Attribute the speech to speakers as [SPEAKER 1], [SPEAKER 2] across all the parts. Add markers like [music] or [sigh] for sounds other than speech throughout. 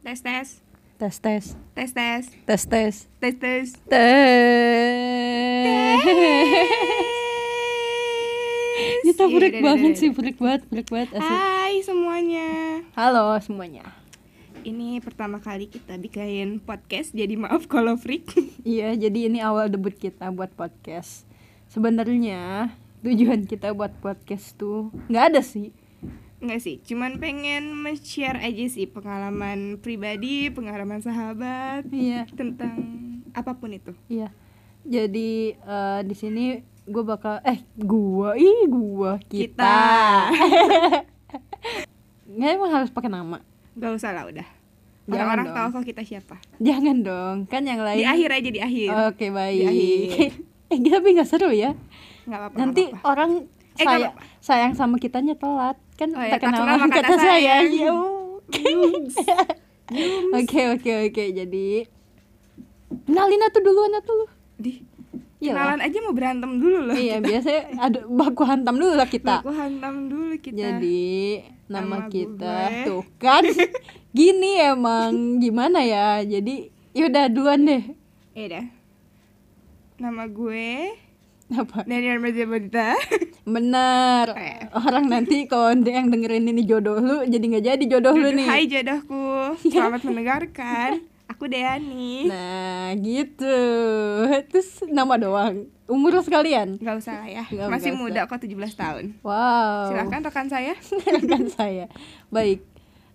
[SPEAKER 1] Tes tes.
[SPEAKER 2] Tes tes.
[SPEAKER 1] Tes tes.
[SPEAKER 2] Tes tes.
[SPEAKER 1] Tes tes.
[SPEAKER 2] Tes. Kita
[SPEAKER 1] Iya,
[SPEAKER 2] burik
[SPEAKER 1] udah, udah,
[SPEAKER 2] banget
[SPEAKER 1] udah, Ah.
[SPEAKER 2] sih, burik banget, burik banget asli.
[SPEAKER 1] Hai semuanya.
[SPEAKER 2] Halo semuanya.
[SPEAKER 1] Ini pertama kali kita bikin podcast jadi maaf kalau freak. [laughs]
[SPEAKER 2] Iya, jadi ini awal debut kita buat podcast. Sebenarnya tujuan kita buat podcast tuh nggak ada sih.
[SPEAKER 1] Enggak sih, cuman pengen share aja sih pengalaman pribadi, pengalaman sahabat
[SPEAKER 2] Iya,
[SPEAKER 1] tentang apapun itu.
[SPEAKER 2] iya. Jadi eh, di sini gue bakal eh gua ih gua kita. [laughs] Nggak emang harus pakai nama.
[SPEAKER 1] Gak usah lah udah.
[SPEAKER 2] Jangan
[SPEAKER 1] Orang-orang
[SPEAKER 2] dong.
[SPEAKER 1] tahu kok kita siapa.
[SPEAKER 2] Jangan dong, kan yang lain.
[SPEAKER 1] Di akhir aja di akhir.
[SPEAKER 2] Oke baik.
[SPEAKER 1] akhir.
[SPEAKER 2] [laughs] eh tapi nggak seru ya.
[SPEAKER 1] Nggak apa-apa.
[SPEAKER 2] Nanti
[SPEAKER 1] nggak apa-apa.
[SPEAKER 2] orang
[SPEAKER 1] Eh, nggak
[SPEAKER 2] saya
[SPEAKER 1] apa-apa.
[SPEAKER 2] sayang sama kitanya telat kan
[SPEAKER 1] Oh ya,
[SPEAKER 2] tak kenal
[SPEAKER 1] tak kenal
[SPEAKER 2] maka kata sayang. Iya. [laughs] Oke oke oke jadi kenalin tuh duluan atuh lu.
[SPEAKER 1] Di
[SPEAKER 2] Iya lah.
[SPEAKER 1] kenalan aja mau berantem dulu loh.
[SPEAKER 2] Iya biasanya ada baku hantam dulu lah kita.
[SPEAKER 1] Aku hantam dulu kita.
[SPEAKER 2] Jadi nama
[SPEAKER 1] Nama
[SPEAKER 2] kita
[SPEAKER 1] gue.
[SPEAKER 2] tuh
[SPEAKER 1] [laughs]
[SPEAKER 2] kan gini emang gimana ya jadi yaudah duluan deh
[SPEAKER 1] Ya udah. Nama gue
[SPEAKER 2] apa
[SPEAKER 1] Daniel Merzabonita.
[SPEAKER 2] Benar.
[SPEAKER 1] Eh.
[SPEAKER 2] Orang nanti kalau ada yang dengerin ini jodoh lu, jadi nggak jadi jodoh lu nih. Iya.
[SPEAKER 1] Hai
[SPEAKER 2] [laughs]
[SPEAKER 1] jodohku. Selamat mendengarkan. Aku Deani.
[SPEAKER 2] Nah, gitu. Terus nama doang. Umur lu sekalian.
[SPEAKER 1] Gak usah lah ya.
[SPEAKER 2] Nggak,
[SPEAKER 1] Masih
[SPEAKER 2] nggak Oh.
[SPEAKER 1] muda kok 17 tahun.
[SPEAKER 2] Wow.
[SPEAKER 1] Silahkan rekan saya.
[SPEAKER 2] [laughs] Silakan saya. Baik.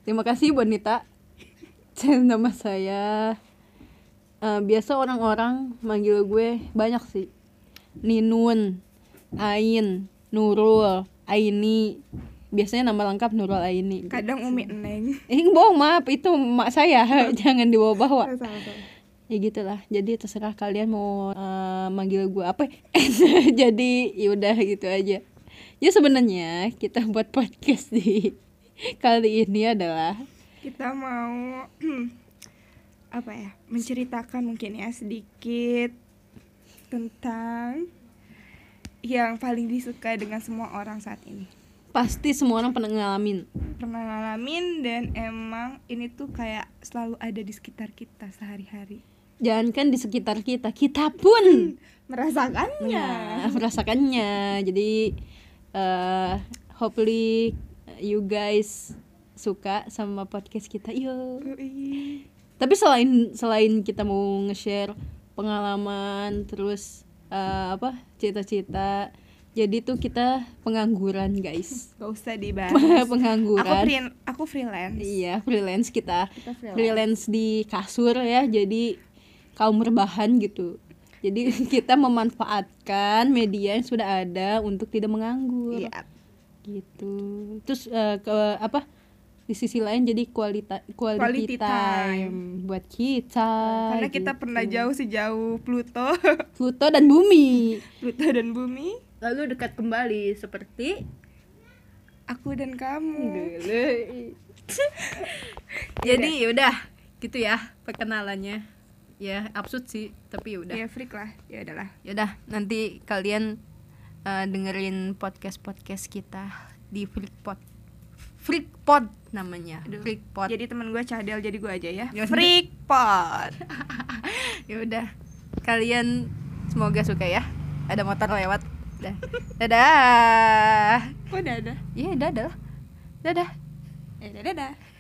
[SPEAKER 2] Terima kasih Bonita. [laughs] Nama saya eh, biasa orang-orang manggil gue banyak sih. Ninun, Ain, Nurul, Aini. Biasanya nama lengkap Nurul Aini.
[SPEAKER 1] Kadang Umi Neng.
[SPEAKER 2] Eh, bohong maaf itu mak saya [laughs] jangan dibawa-bawa
[SPEAKER 1] Sama-sama.
[SPEAKER 2] ya gitulah jadi terserah kalian mau eh, manggil gue apa [laughs] jadi yaudah gitu aja ya sebenarnya kita buat podcast di [laughs] kali ini adalah
[SPEAKER 1] Kita mau [clears throat] apa ya? Menceritakan mungkin ya sedikit tentang yang paling disukai dengan semua orang saat ini.
[SPEAKER 2] pasti semua orang pernah ngalamin
[SPEAKER 1] pernah ngalamin dan emang ini tuh kayak selalu ada di sekitar kita sehari-hari [clears throat]
[SPEAKER 2] jangan kan di sekitar kita kita pun nah,
[SPEAKER 1] merasakannya
[SPEAKER 2] merasakannya jadi eh hopefully you guys suka sama podcast kita yuk
[SPEAKER 1] Ui.
[SPEAKER 2] tapi selain selain kita mau nge-share pengalaman terus eh, apa cita-cita jadi tuh kita pengangguran guys
[SPEAKER 1] gak usah dibahas aku
[SPEAKER 2] [laughs] pengangguran
[SPEAKER 1] free- aku freelance
[SPEAKER 2] iya freelance kita
[SPEAKER 1] Kita freelance.
[SPEAKER 2] freelance di kasur ya jadi kaum rebahan gitu jadi [laughs] kita memanfaatkan media yang sudah ada untuk tidak menganggur
[SPEAKER 1] Iya.
[SPEAKER 2] gitu terus eh, ke apa di sisi lain jadi kualita quality,
[SPEAKER 1] Quality
[SPEAKER 2] time.
[SPEAKER 1] time.
[SPEAKER 2] buat kita
[SPEAKER 1] karena kita
[SPEAKER 2] gitu.
[SPEAKER 1] pernah jauh sejauh Pluto [laughs]
[SPEAKER 2] Pluto dan bumi
[SPEAKER 1] Pluto dan bumi
[SPEAKER 2] [laughs] lalu dekat kembali seperti
[SPEAKER 1] aku dan
[SPEAKER 2] ya
[SPEAKER 1] kamu
[SPEAKER 2] [laughs] jadi yaudah gitu ya perkenalannya ya absurd sih tapi yaudah
[SPEAKER 1] ya freak lah ya adalah
[SPEAKER 2] yaudah nanti kalian eh, dengerin podcast podcast kita di Freakpod Freakpod namanya Freakpod
[SPEAKER 1] jadi teman gue cadel jadi gue aja ya
[SPEAKER 2] Yaudah.
[SPEAKER 1] freak pot [laughs]
[SPEAKER 2] ya udah kalian semoga suka ya ada motor lewat Dah. dadah
[SPEAKER 1] oh dadah
[SPEAKER 2] iya dadah lah. dadah
[SPEAKER 1] ya dadah